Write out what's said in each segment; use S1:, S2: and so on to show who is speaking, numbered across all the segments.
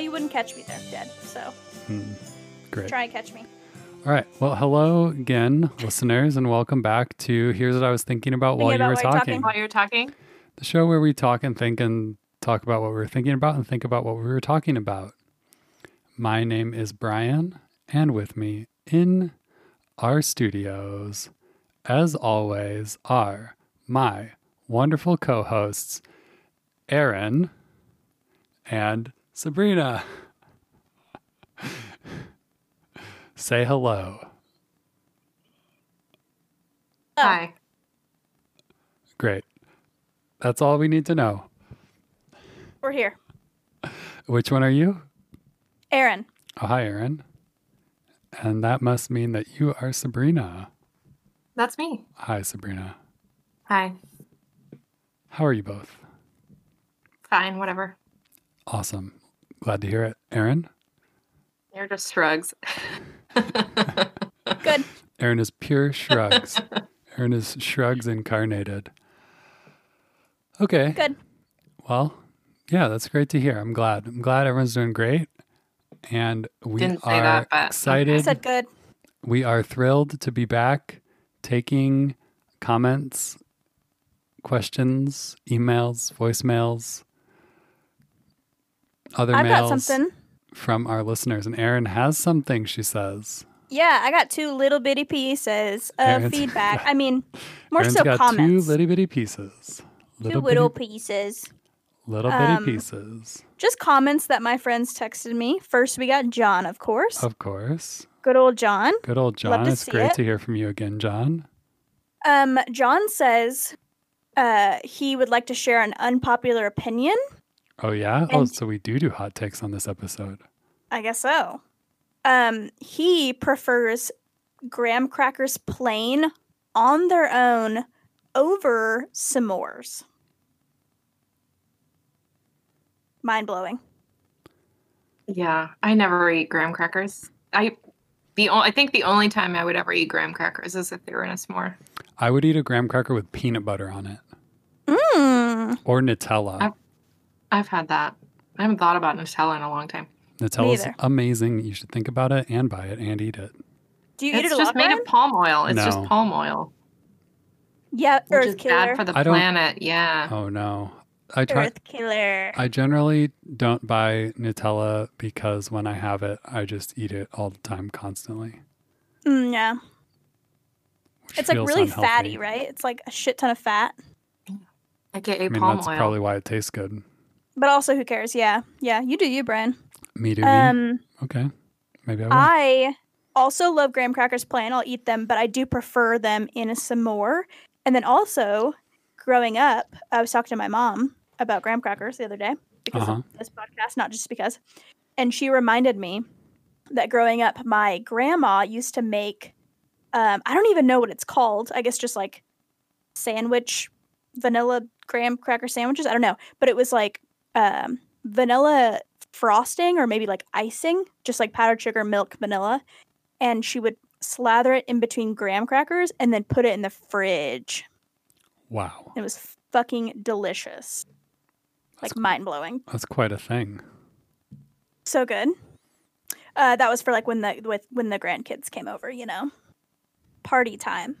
S1: you wouldn't catch me there dead. So
S2: Hmm. Great.
S1: try and catch me.
S2: All right. Well, hello again, listeners, and welcome back to Here's What I Was Thinking About While
S1: Thinking
S2: You
S1: about while
S2: Were
S1: you're
S2: Talking.
S1: talking.
S3: While you're talking,
S2: The show where we talk and think and talk about what we were thinking about and think about what we were talking about. My name is Brian, and with me in our studios, as always, are my wonderful co hosts, Aaron and Sabrina. Say hello.
S1: Oh,
S3: hi.
S2: Great. That's all we need to know.
S1: We're here.
S2: Which one are you?
S1: Aaron,
S2: Oh, hi, Aaron. And that must mean that you are Sabrina.
S3: That's me.
S2: Hi, Sabrina.
S3: Hi.
S2: How are you both?
S3: Fine. Whatever.
S2: Awesome. Glad to hear it. Aaron?
S3: They're just shrugs.
S1: good.
S2: Aaron is pure shrugs. Aaron is shrugs incarnated. Okay.
S1: Good.
S2: Well, yeah, that's great to hear. I'm glad. I'm glad everyone's doing great. And we
S3: Didn't say
S2: are
S3: that, but-
S1: I
S2: excited.
S1: said good.
S2: We are thrilled to be back taking comments, questions, emails, voicemails, other
S1: I've got
S2: mails
S1: something.
S2: from our listeners. And Erin has something, she says.
S1: Yeah, I got two little bitty pieces of
S2: Aaron's-
S1: feedback. I mean, more
S2: Aaron's
S1: so
S2: got
S1: comments.
S2: two little bitty pieces.
S1: Two
S2: Little
S1: little
S2: bitty,
S1: pieces.
S2: little bitty
S1: um,
S2: pieces,
S1: Just comments that my friends texted me. First, we got John, of course.
S2: of course.
S1: Good old John.
S2: Good old John.
S1: to
S2: It's
S1: see
S2: great
S1: it.
S2: to hear from you again, John.
S1: Um, John says uh, he would like to share an unpopular opinion.
S2: Oh, yeah? oh,
S1: And-
S2: so we do do hot takes on this episode.
S1: I guess so. Um, he prefers graham crackers plain on their own over s'mores. Mind blowing.
S3: Yeah, I never eat graham crackers. I the o- I think the only time I would ever eat graham crackers is if they were in a s'more.
S2: I would eat a graham cracker with peanut butter on it
S3: Hmm.
S1: Mmm.
S2: or Nutella.
S3: I've- I've had that. I haven't thought about Nutella in a long time.
S2: Nutella's
S1: Neither.
S2: amazing. You should think about it and buy it and eat it.
S1: Do you eat it
S3: it's
S1: a
S3: just
S1: lot?
S3: made
S1: Brian?
S3: of palm oil. It's just
S2: No.
S3: palm oil,
S1: yeah,
S3: which is
S1: Earth Killer.
S3: bad for the
S2: I don't-
S3: planet. Yeah.
S1: Ah.
S2: Oh no. I try
S1: Earth Killer.
S2: I generally don't buy Nutella because when I have it, I just eat it all the time constantly.
S1: Mm, yeah.
S2: which
S1: It's like
S2: feels
S1: really
S2: unhealthy.
S1: fatty, right? It's like a shit ton of fat.
S3: AKA
S2: I mean,
S3: palm
S2: that's
S3: oil.
S2: probably why it tastes good.
S1: But also, who cares? Yeah. Yeah. You do you, Brian.
S2: Me do me.
S1: Um,
S2: Okay. Maybe I will.
S1: I also love graham crackers plain. I'll eat them, but I do prefer them in a s'more. And then also, growing up, I was talking to my mom about graham crackers the other day because
S2: Uh-huh.
S1: of this podcast, not just because. And she reminded me that growing up, my grandma used to make, um, I don't even know what it's called. I guess just like sandwich, vanilla graham cracker sandwiches. I don't know. But it was like um, vanilla frosting or maybe like icing, just like powdered sugar, milk, vanilla. And she would slather it in between graham crackers and then put it in the fridge.
S2: wow.
S1: It was fucking delicious. Like
S2: That's-
S1: mind blowing.
S2: That's quite a thing.
S1: So good. Uh, that was for like when the with when the grandkids came over, you know. Party time.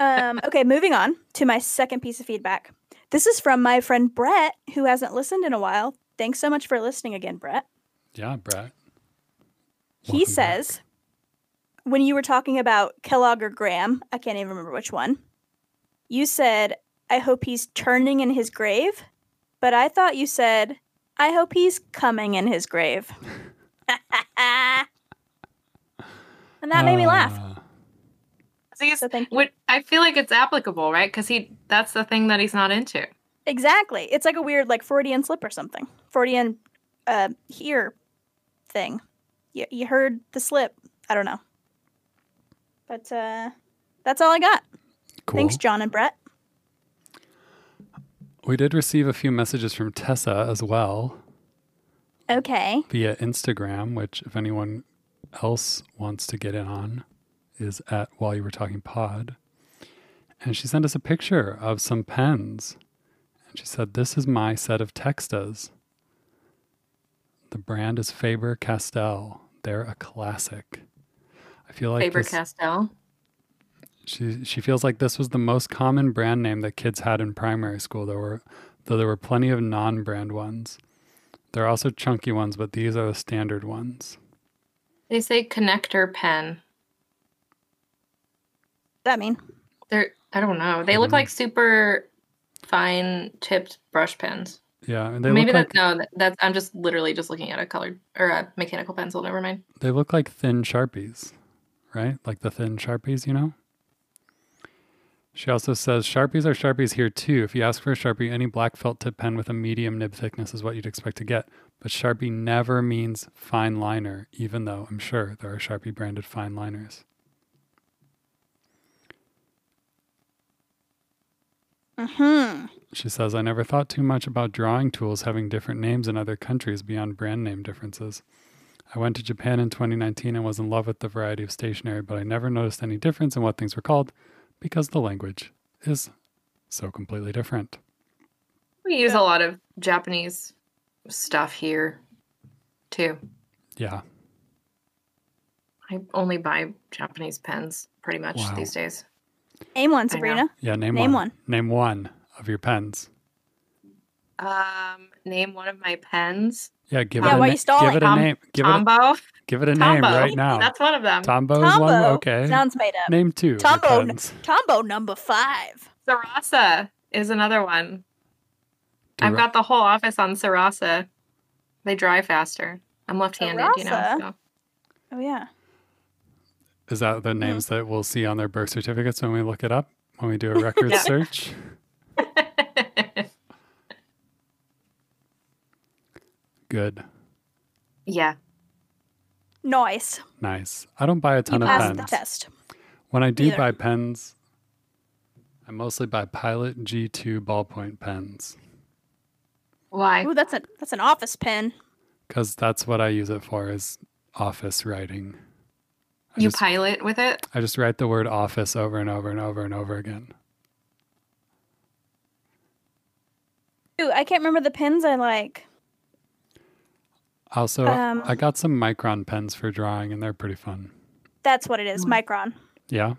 S1: Um, okay, moving on to my second piece of feedback. This is from my friend Brett, who hasn't listened in a while. Thanks so much for listening again, Brett.
S2: Yeah, Brett.
S1: He
S2: Welcome
S1: says, when you were talking about Kellogg or Graham, I can't even remember which one, you said, I hope he's turning in his grave. But I thought you said, I hope he's coming in his grave. and that made me laugh.
S2: Ah,
S3: See, it's-
S1: So thank
S3: Would I feel like it's applicable, right? Because he that's the thing that he's not into.
S1: Exactly. It's like a weird, like, Freudian slip or something. Freudian uh, here thing. You, you heard the slip. I don't know. But uh, that's all I got.
S2: cool.
S1: Thanks, John and Brett.
S2: We did receive a few messages from Tessa as well.
S1: Okay.
S2: via Instagram, which if anyone else wants to get in on, is at while you were talking pod. And she sent us a picture of some pens. And she said, This is my set of textas. The brand is Faber Castell. They're a classic. I feel like
S3: Faber
S2: this-
S3: Castell.
S2: she she feels like this was the most common brand name that kids had in primary school. There were though there were plenty of non-brand ones. There are also chunky ones, but these are the standard ones.
S3: They say connector pen.
S1: that mean?
S3: They're I don't know. They
S2: I
S3: look
S2: don't know.
S3: like super fine tipped brush pens.
S2: Yeah, and they
S3: Maybe
S2: look like
S3: that's no. That, that's I'm just literally just looking at a colored or a mechanical pencil. Never mind.
S2: they look like thin sharpies, right? Like the thin sharpies, you know. She also says sharpies are sharpies here too. If you ask for a sharpie, any black felt tip pen with a medium nib thickness is what you'd expect to get. But sharpie never means fine liner, even though I'm sure there are sharpie branded fine liners.
S1: Hmm.
S2: She says, I never thought too much about drawing tools having different names in other countries beyond brand name differences. I went to Japan in 2019 and was in love with the variety of stationery, but I never noticed any difference in what things were called because the language is so completely different.
S3: We use a lot of Japanese stuff here, too.
S2: Yeah.
S3: I only buy Japanese pens pretty much
S2: Wow.
S3: these days.
S1: Name one,
S3: know.
S1: Sabrina.
S2: Yeah. Name,
S1: Name
S2: one.
S1: one.
S2: Name one of your pens.
S3: Um, name one of my pens.
S2: Yeah. Give
S3: Yeah,
S2: it a,
S1: why
S2: na-
S1: you stole
S2: give
S1: it?
S2: it a
S3: Tom-
S2: name. Give it a,
S3: Tombow.
S2: give it a name
S3: Tombow.
S2: right now.
S3: That's one of them.
S2: Tombow is one.
S1: Tombo.
S2: Okay.
S1: Sounds made up.
S2: name two. of your
S1: Tombow.
S2: pens.
S1: Tombo number five.
S3: Sarasa is another one. I've
S2: Dura-
S3: got the whole office on Sarasa. They dry faster. I'm left-handed, you know.
S1: Sarasa?
S3: so-
S1: Oh yeah.
S2: Is that the names that we'll see on their birth certificates when we look it up? When we do a record
S3: Yeah.
S2: search? Good.
S3: yeah.
S1: Nice.
S2: Nice. I don't buy a
S1: You
S2: ton of
S1: passed the
S2: pens.
S1: test.
S2: When I do
S1: Neither.
S2: buy pens, I mostly buy Pilot G2 ballpoint pens
S3: Why?
S1: Ooh, that's a that's an office pen.
S2: because that's what I use it for is office writing. I
S3: You
S2: just,
S3: pilot with it?
S2: I just write the word office over and over and over and over again.
S1: Ooh, I can't remember the pens I like.
S2: Also,
S1: Um,
S2: I got some Micron pens for drawing and they're pretty fun.
S1: That's what it is.
S3: Mm.
S1: Micron.
S2: Yeah.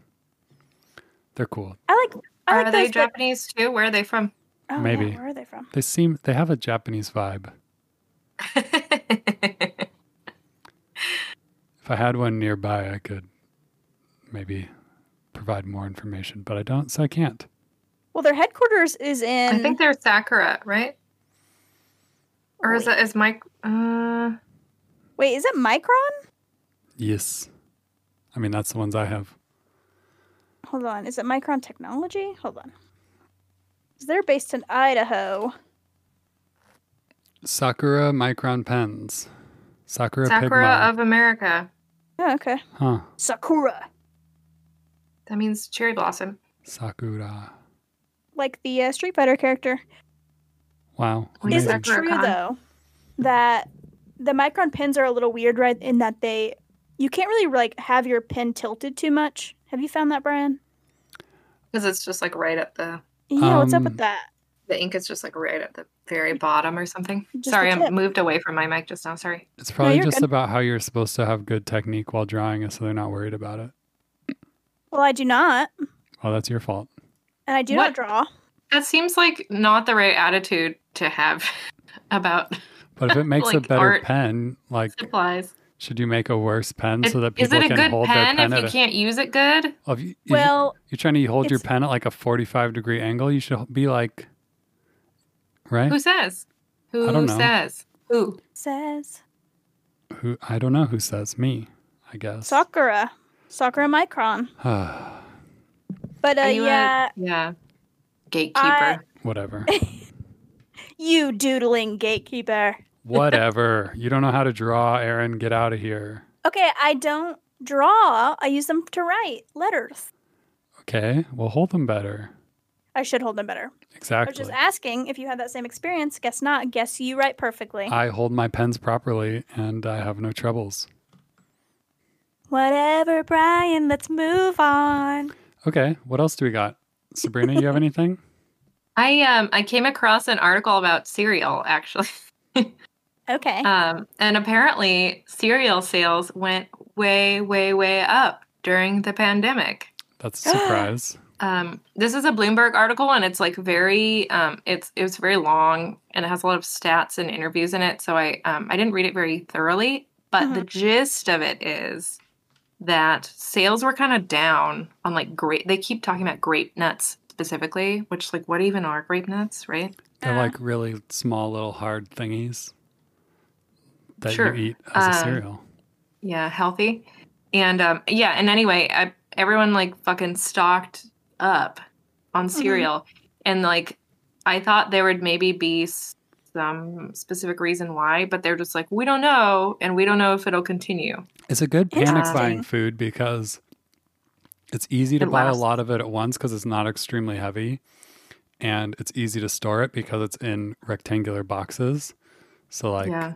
S2: They're cool.
S1: I like. I like
S3: Are they
S1: those, but-
S3: Japanese too? Where are they from?
S1: Oh, yeah,
S2: Maybe.
S1: where are they from?
S2: They seem they have a Japanese vibe. If I had one nearby, I could maybe provide more information, but I don't, so I can't.
S1: Well, their headquarters is in.
S3: I think they're Sakura, right? Or is
S1: Wait.
S3: it is Mike? Uh,
S1: Wait, is it Micron?
S2: Yes. I mean, that's the ones I have.
S1: Hold on. Is it Micron Technology? Hold on. 'Cause They're based in Idaho.
S2: Sakura Micron Pens. Sakura,
S3: Sakura
S2: Pigmar.
S3: of America.
S1: Oh, okay.
S2: huh.
S1: Sakura,
S3: That means cherry blossom.
S2: Sakura.
S1: like the uh, Street Fighter character.
S2: Wow.
S3: Wait,
S1: Is
S2: Amazing.
S1: it
S3: Sakura
S1: true
S3: Con.
S1: though that the Micron pins are a little weird, right? In that they, you can't really like have your pen tilted too much. Have you found that, Brian?
S3: Because it's just like right at the
S1: Yeah. what's up
S2: Um,
S1: with that?
S3: the ink is just like right at the very bottom or something.
S1: Just the
S3: sorry, I
S1: tip.
S3: moved away from my mic just now. Sorry.
S2: It's probably
S1: you're
S2: just
S1: good.
S2: about how you're supposed to have good technique while drawing it so they're not worried about it.
S1: Well, I do not,
S2: Well, that's your fault.
S1: and I do
S3: What?
S1: not draw.
S3: That seems like not the right attitude to have about
S2: But if it makes a
S3: Like
S2: better
S3: art.
S2: pen, like,
S3: supplies.
S2: should you make a worse pen so that
S3: is
S2: people
S3: it a
S2: can
S3: good
S2: hold
S3: pen,
S2: their pen
S3: if
S2: at
S3: you
S2: a,
S3: can't use it good?
S2: Oh, if you- you-
S1: Well,
S2: You're trying to hold your
S1: It's-
S2: pen at like a 45 degree angle. You should be like, right?
S3: Who says? Who
S2: I don't know.
S3: says? Who?
S1: says
S2: Who I don't know who says me. I guess.
S1: Sakura, Sakura Micron. But uh,
S3: Are you a-
S1: yeah,
S3: yeah. Gatekeeper.
S2: Whatever.
S1: you doodling gatekeeper.
S2: Whatever. You don't know how to draw, Aaron. Get out of here.
S1: Okay, I don't draw. I use them to write letters.
S2: Okay. Well, hold them better.
S1: I should hold them better. I was
S2: Exactly.
S1: just asking if you had that same experience. Guess not. Guess you write perfectly.
S2: I hold my pens properly and I have no troubles.
S1: Whatever, Brian. Let's move on.
S2: Okay. What else do we got? Sabrina, you have anything?
S3: I um I came across an article about cereal actually.
S1: Okay.
S3: Um, and apparently, cereal sales went way, way, way up during the pandemic.
S2: That's a surprise.
S3: Um, this is a Bloomberg article, and it's like very, um, it's it was very long, and it has a lot of stats and interviews in it. So I um, I didn't read it very thoroughly, but the gist of it is that sales were kind of down on like grape. They keep talking about grape nuts specifically, which like what even are grape nuts, right?
S2: They're
S1: Uh,
S2: like really small, little hard thingies that
S3: Sure.
S2: you eat as a
S3: Um,
S2: cereal.
S3: yeah healthy and um yeah and anyway I, everyone like fucking stocked up on cereal and like i thought there would maybe be s- some specific reason why but they're just like we don't know and we don't know if it'll continue
S2: It's a good panic buying
S1: Interesting.
S2: food because it's easy to
S3: It
S2: buy
S3: lasts.
S2: a lot of it at once because it's not extremely heavy and it's easy to store it because it's in rectangular boxes. So, like,
S3: yeah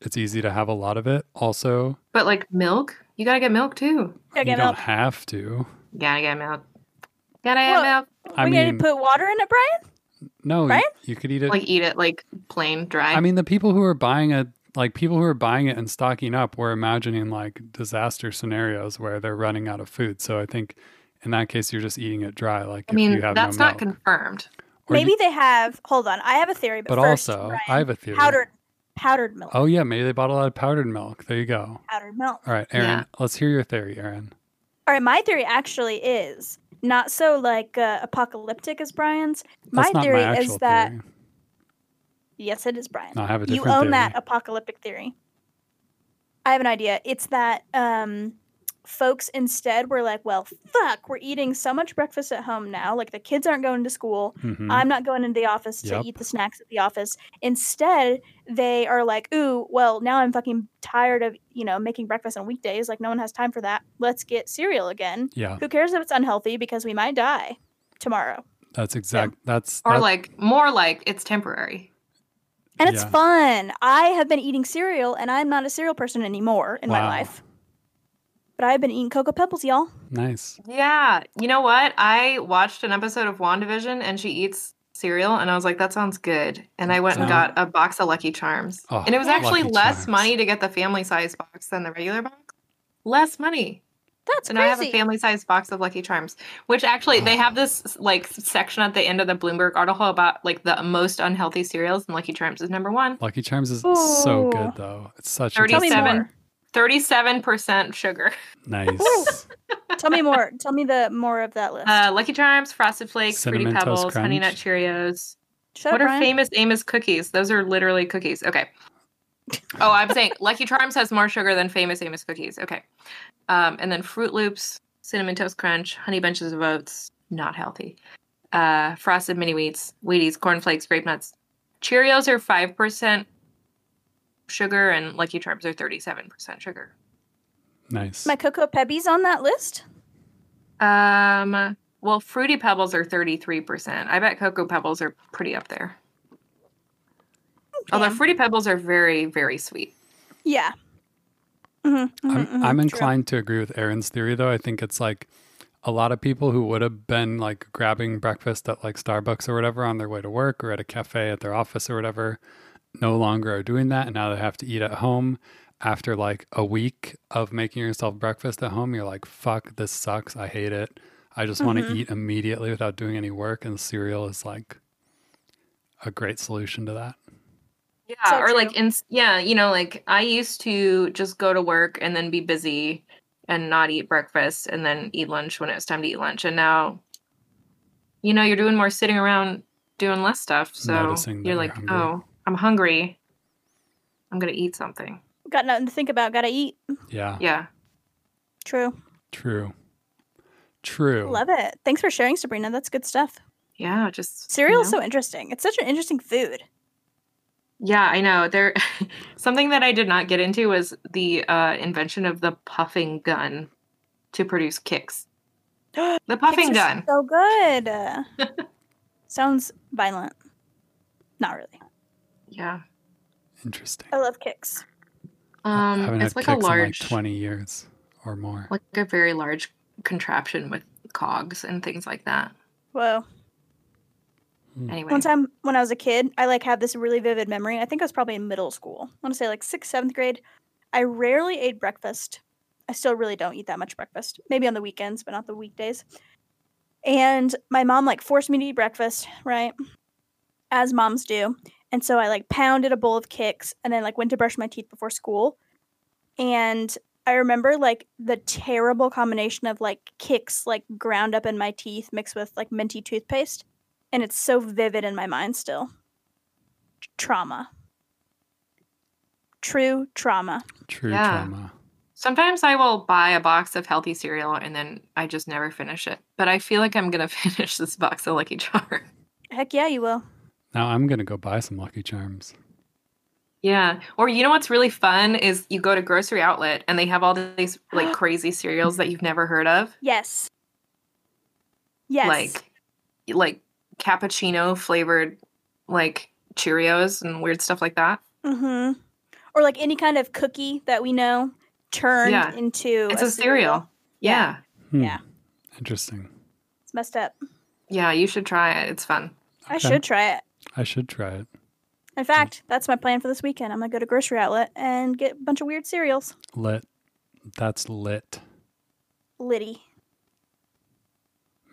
S2: it's easy to have a lot of it. Also,
S3: but like milk you gotta get milk too
S1: Gotta
S2: you
S1: get
S2: don't
S1: milk.
S2: have to.
S3: gotta get milk gotta have
S1: Well-
S3: milk
S2: I
S1: we
S2: mean,
S1: gonna put water in it, Brian?
S2: no,
S1: Right?
S2: you, you could eat it.
S3: like eat it like plain dry
S2: I mean, the people who are buying it, like people who are buying it and stocking up, were imagining like disaster scenarios where they're running out of food. So I think in that case, you're just eating it dry. Like
S3: I mean
S2: if you have
S3: that's
S2: no
S3: not
S2: milk.
S3: confirmed
S2: Or you-
S1: Maybe they have. Hold on, I have a theory, but,
S2: but
S1: first,
S2: also
S1: Brian,
S2: I have a theory.
S1: powdered powdered milk.
S2: Oh yeah, maybe they bought a lot of powdered milk. There you go.
S1: Powdered milk.
S2: All right, Aaron,
S3: Yeah.
S2: let's hear your theory, Aaron.
S1: All right, my theory actually is not so like uh, apocalyptic as Brian's.
S2: That's
S1: My
S2: not
S1: theory
S2: my
S1: is
S2: actual
S1: that-
S2: theory.
S1: Yes, it is Brian.
S2: No, I have a
S1: you
S2: different
S1: own
S2: theory.
S1: that apocalyptic theory. I have an idea. It's that um, folks instead were like, well, fuck, we're eating so much breakfast at home now. Like the kids aren't going to school.
S2: Mhm.
S1: I'm not going into the office to
S2: Yep.
S1: eat the snacks at the office. Instead, they are like, ooh, well, now I'm fucking tired of, you know, making breakfast on weekdays. Like, no one has time for that. Let's get cereal again.
S2: Yeah,
S1: Who cares if it's unhealthy because we might die tomorrow.
S2: that's exact. That's
S3: or
S2: that-
S3: like more like it's temporary
S1: And it's
S2: Yeah.
S1: fun. I have been eating cereal and I'm not a cereal person anymore in my
S2: Wow.
S1: life. But I've been eating Cocoa Pebbles, y'all.
S2: nice.
S3: Yeah. You know what? I watched an episode of WandaVision and she eats cereal and I was like, that sounds good. And I went and
S2: Sounds-
S3: got a box of Lucky Charms.
S2: Oh,
S3: and it was actually
S2: Lucky
S3: less
S2: Charms.
S3: money to get the family size box than the regular box. Less money.
S1: That's
S3: and
S1: crazy.
S3: I have a family size box of Lucky Charms, which actually they have this like section at the end of the Bloomberg article about like the most unhealthy cereals and Lucky Charms is number one.
S2: Lucky Charms is so
S1: Ooh.
S2: good though. It's such
S1: Tell me
S3: 37.
S1: more.
S3: 37% sugar.
S2: nice.
S1: Tell me more. Tell me the more of that list.
S3: Uh, Lucky Charms, Frosted Flakes,
S2: Cinnamon Toast
S3: Fruity Pebbles, Honey Nut
S2: Crunch.
S3: Cheerios,
S1: Shut
S3: what
S1: up,
S3: are
S1: Brian.
S3: famous Amos cookies? Those are literally cookies. Okay. Oh, I'm saying Lucky Charms has more sugar than famous Amos cookies. Okay. Um, and then Fruit Loops, Cinnamon Toast Crunch, Honey Bunches of Oats, not healthy. Uh, Frosted Mini Wheats, Wheaties, Cornflakes, Grape Nuts. Cheerios are 5% sugar and Lucky Charms are 37% sugar.
S2: nice.
S1: My Cocoa Pebbies on that list?
S3: Um, well, Fruity Pebbles are 33%. I bet Cocoa Pebbles are pretty up there. Although
S1: Damn.
S3: Fruity Pebbles are very, very sweet.
S1: Yeah. Mm-hmm,
S2: I'm, I'm inclined to agree with Aaron's theory, though. I think it's like a lot of people who would have been like grabbing breakfast at like Starbucks or whatever on their way to work or at a cafe at their office or whatever no longer are doing that. And now they have to eat at home after like a week of making yourself breakfast at home. You're like, fuck, this sucks. I hate it. I just want to
S1: Mhm.
S2: eat immediately without doing any work. And cereal is like a great solution to that.
S3: Yeah,
S1: So
S3: or like
S1: true.
S3: in yeah, you know, like I used to just go to work and then be busy and not eat breakfast and then eat lunch when it was time to eat lunch. And now, you know, you're doing more sitting around doing less stuff. So
S2: Noticing that
S3: you're
S2: you're
S3: like,
S2: hungry.
S3: oh, I'm hungry. I'm gonna eat something.
S1: Got nothing to think about. Gotta eat.
S2: Yeah,
S3: Yeah.
S1: True.
S2: true. True.
S1: Love it. Thanks for sharing, Sabrina. That's good stuff.
S3: Yeah, just you
S1: Cereal's
S3: know.
S1: so interesting. It's such an interesting food.
S3: Yeah, I know. There something that I did not get into was the uh invention of the puffing gun to produce kicks. The puffing
S1: Kicks are
S3: gun.
S1: So good. Uh, Sounds violent. Not really.
S3: Yeah.
S2: Interesting.
S1: I love kicks.
S2: I
S3: Um,
S2: haven't
S3: it's
S2: had
S3: like a
S2: kicks
S3: large,
S2: in like
S3: like,
S2: 20 years or more.
S3: a very large contraption with cogs and things like that.
S1: Whoa.
S3: Anyway,
S1: One time when I was a kid, I like had this really vivid memory. I think I was probably in middle school. I want to say like sixth, seventh grade. I rarely ate breakfast. I still really don't eat that much breakfast. Maybe on the weekends, but not the weekdays. And my mom like forced me to eat breakfast, right? As moms do. And so I like pounded a bowl of kicks and then like went to brush my teeth before school. And I remember like the terrible combination of like kicks like ground up in my teeth mixed with like minty toothpaste and it's so vivid in my mind still. T- Trauma. True trauma.
S2: True
S3: Yeah.
S2: trauma.
S3: sometimes I will buy a box of healthy cereal and then I just never finish it. But I feel like I'm gonna finish this box of Lucky Charms.
S1: Heck yeah, you will.
S2: Now I'm gonna go buy some Lucky Charms.
S3: Yeah. Or you know what's really fun is you go to grocery outlet and they have all these like crazy cereals that you've never heard of.
S1: Yes. Yes.
S3: Like like cappuccino flavored like Cheerios and weird stuff like that.
S1: mm-hmm. Or like any kind of cookie that we know turned
S3: Yeah.
S1: into
S3: it's a cereal. Yeah.
S2: Hmm.
S1: Yeah.
S2: Interesting.
S1: It's messed up.
S3: Yeah, you should try it. It's fun.
S1: I
S2: Okay.
S1: should try it.
S2: I should try it.
S1: In fact, that's my plan for this weekend. I'm gonna go to grocery outlet and get a bunch of weird cereals.
S2: Lit. That's lit.
S1: Liddy.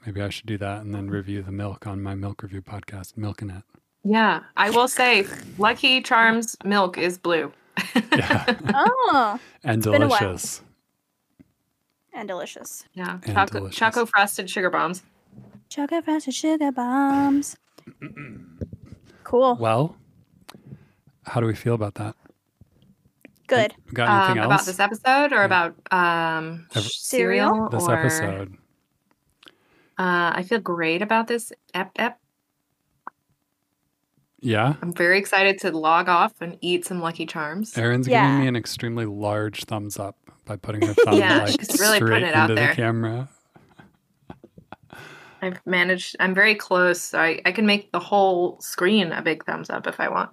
S2: Maybe I should do that and then review the milk on my milk review podcast, Milking It.
S3: Yeah. I will say Lucky Charms milk is blue.
S2: Yeah.
S1: oh.
S2: and
S1: been a while.
S2: delicious.
S1: And delicious.
S3: Yeah.
S2: And
S3: Choco,
S2: delicious.
S3: choco frosted sugar bombs.
S1: Chocolate frosted sugar bombs. Cool.
S2: Well, how do we feel about that?
S1: Good.
S2: Got
S3: Um,
S2: anything
S3: about
S2: else?
S3: this episode or about um
S2: Ev-
S3: cereal
S2: This
S3: or-
S2: episode.
S3: Uh, I feel great about this ep ep.
S2: Yeah.
S3: I'm very excited to log off and eat some Lucky Charms.
S2: Erin's
S1: Yeah.
S2: giving me an extremely large thumbs up by putting her thumb
S3: Yeah,
S2: like
S3: she's really
S2: straight
S3: putting it out
S2: into the
S3: there.
S2: camera.
S3: I've managed. I'm very close, so I, I can make the whole screen a big thumbs up if I want.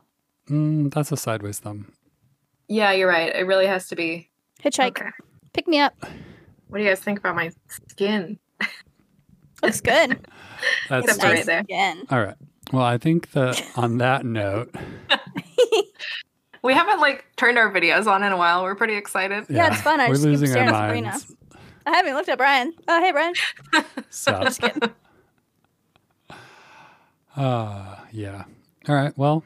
S2: Mm, that's a sideways thumb.
S3: Yeah, you're right. It really has to be.
S1: Hitchhike.
S3: Okay.
S1: Pick me up.
S3: What do you guys think about my skin?
S1: Looks good. It's
S2: That's
S3: Except for right
S2: just-
S1: nice
S3: there.
S1: skin.
S2: All right. Well, I think that on that note,
S3: We haven't like turned our videos on in a while. We're pretty excited.
S1: Yeah, it's fun. I
S2: we're
S1: just keep
S2: losing our
S1: staring at Sabrina.
S2: minds.
S1: I haven't looked at Brian. Oh, hey, Brian.
S2: Stop.
S1: Just kidding.
S2: Uh, yeah. All right. Well,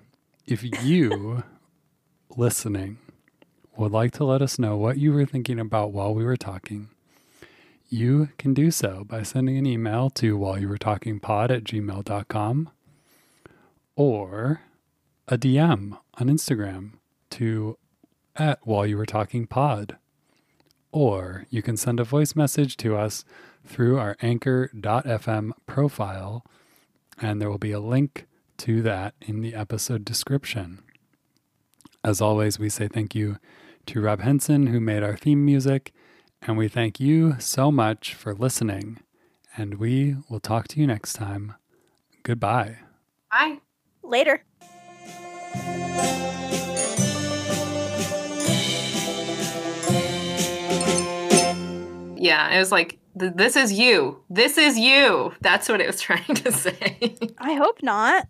S2: if you listening would like to let us know what you were thinking about while we were talking, you can do so by sending an email to while you were talking pod at gmail.com or a DM on Instagram to at while you were talking pod. Or you can send a voice message to us through our anchor.fm profile and there will be a link to that in the episode description. As always, we say thank you to Rob Henson, who made our theme music, and we thank you so much for listening. And we will talk to you next time. Goodbye.
S3: Bye.
S1: Later.
S3: Yeah, it was like th- this is you. This is you. That's what it was trying to say.
S1: I hope not.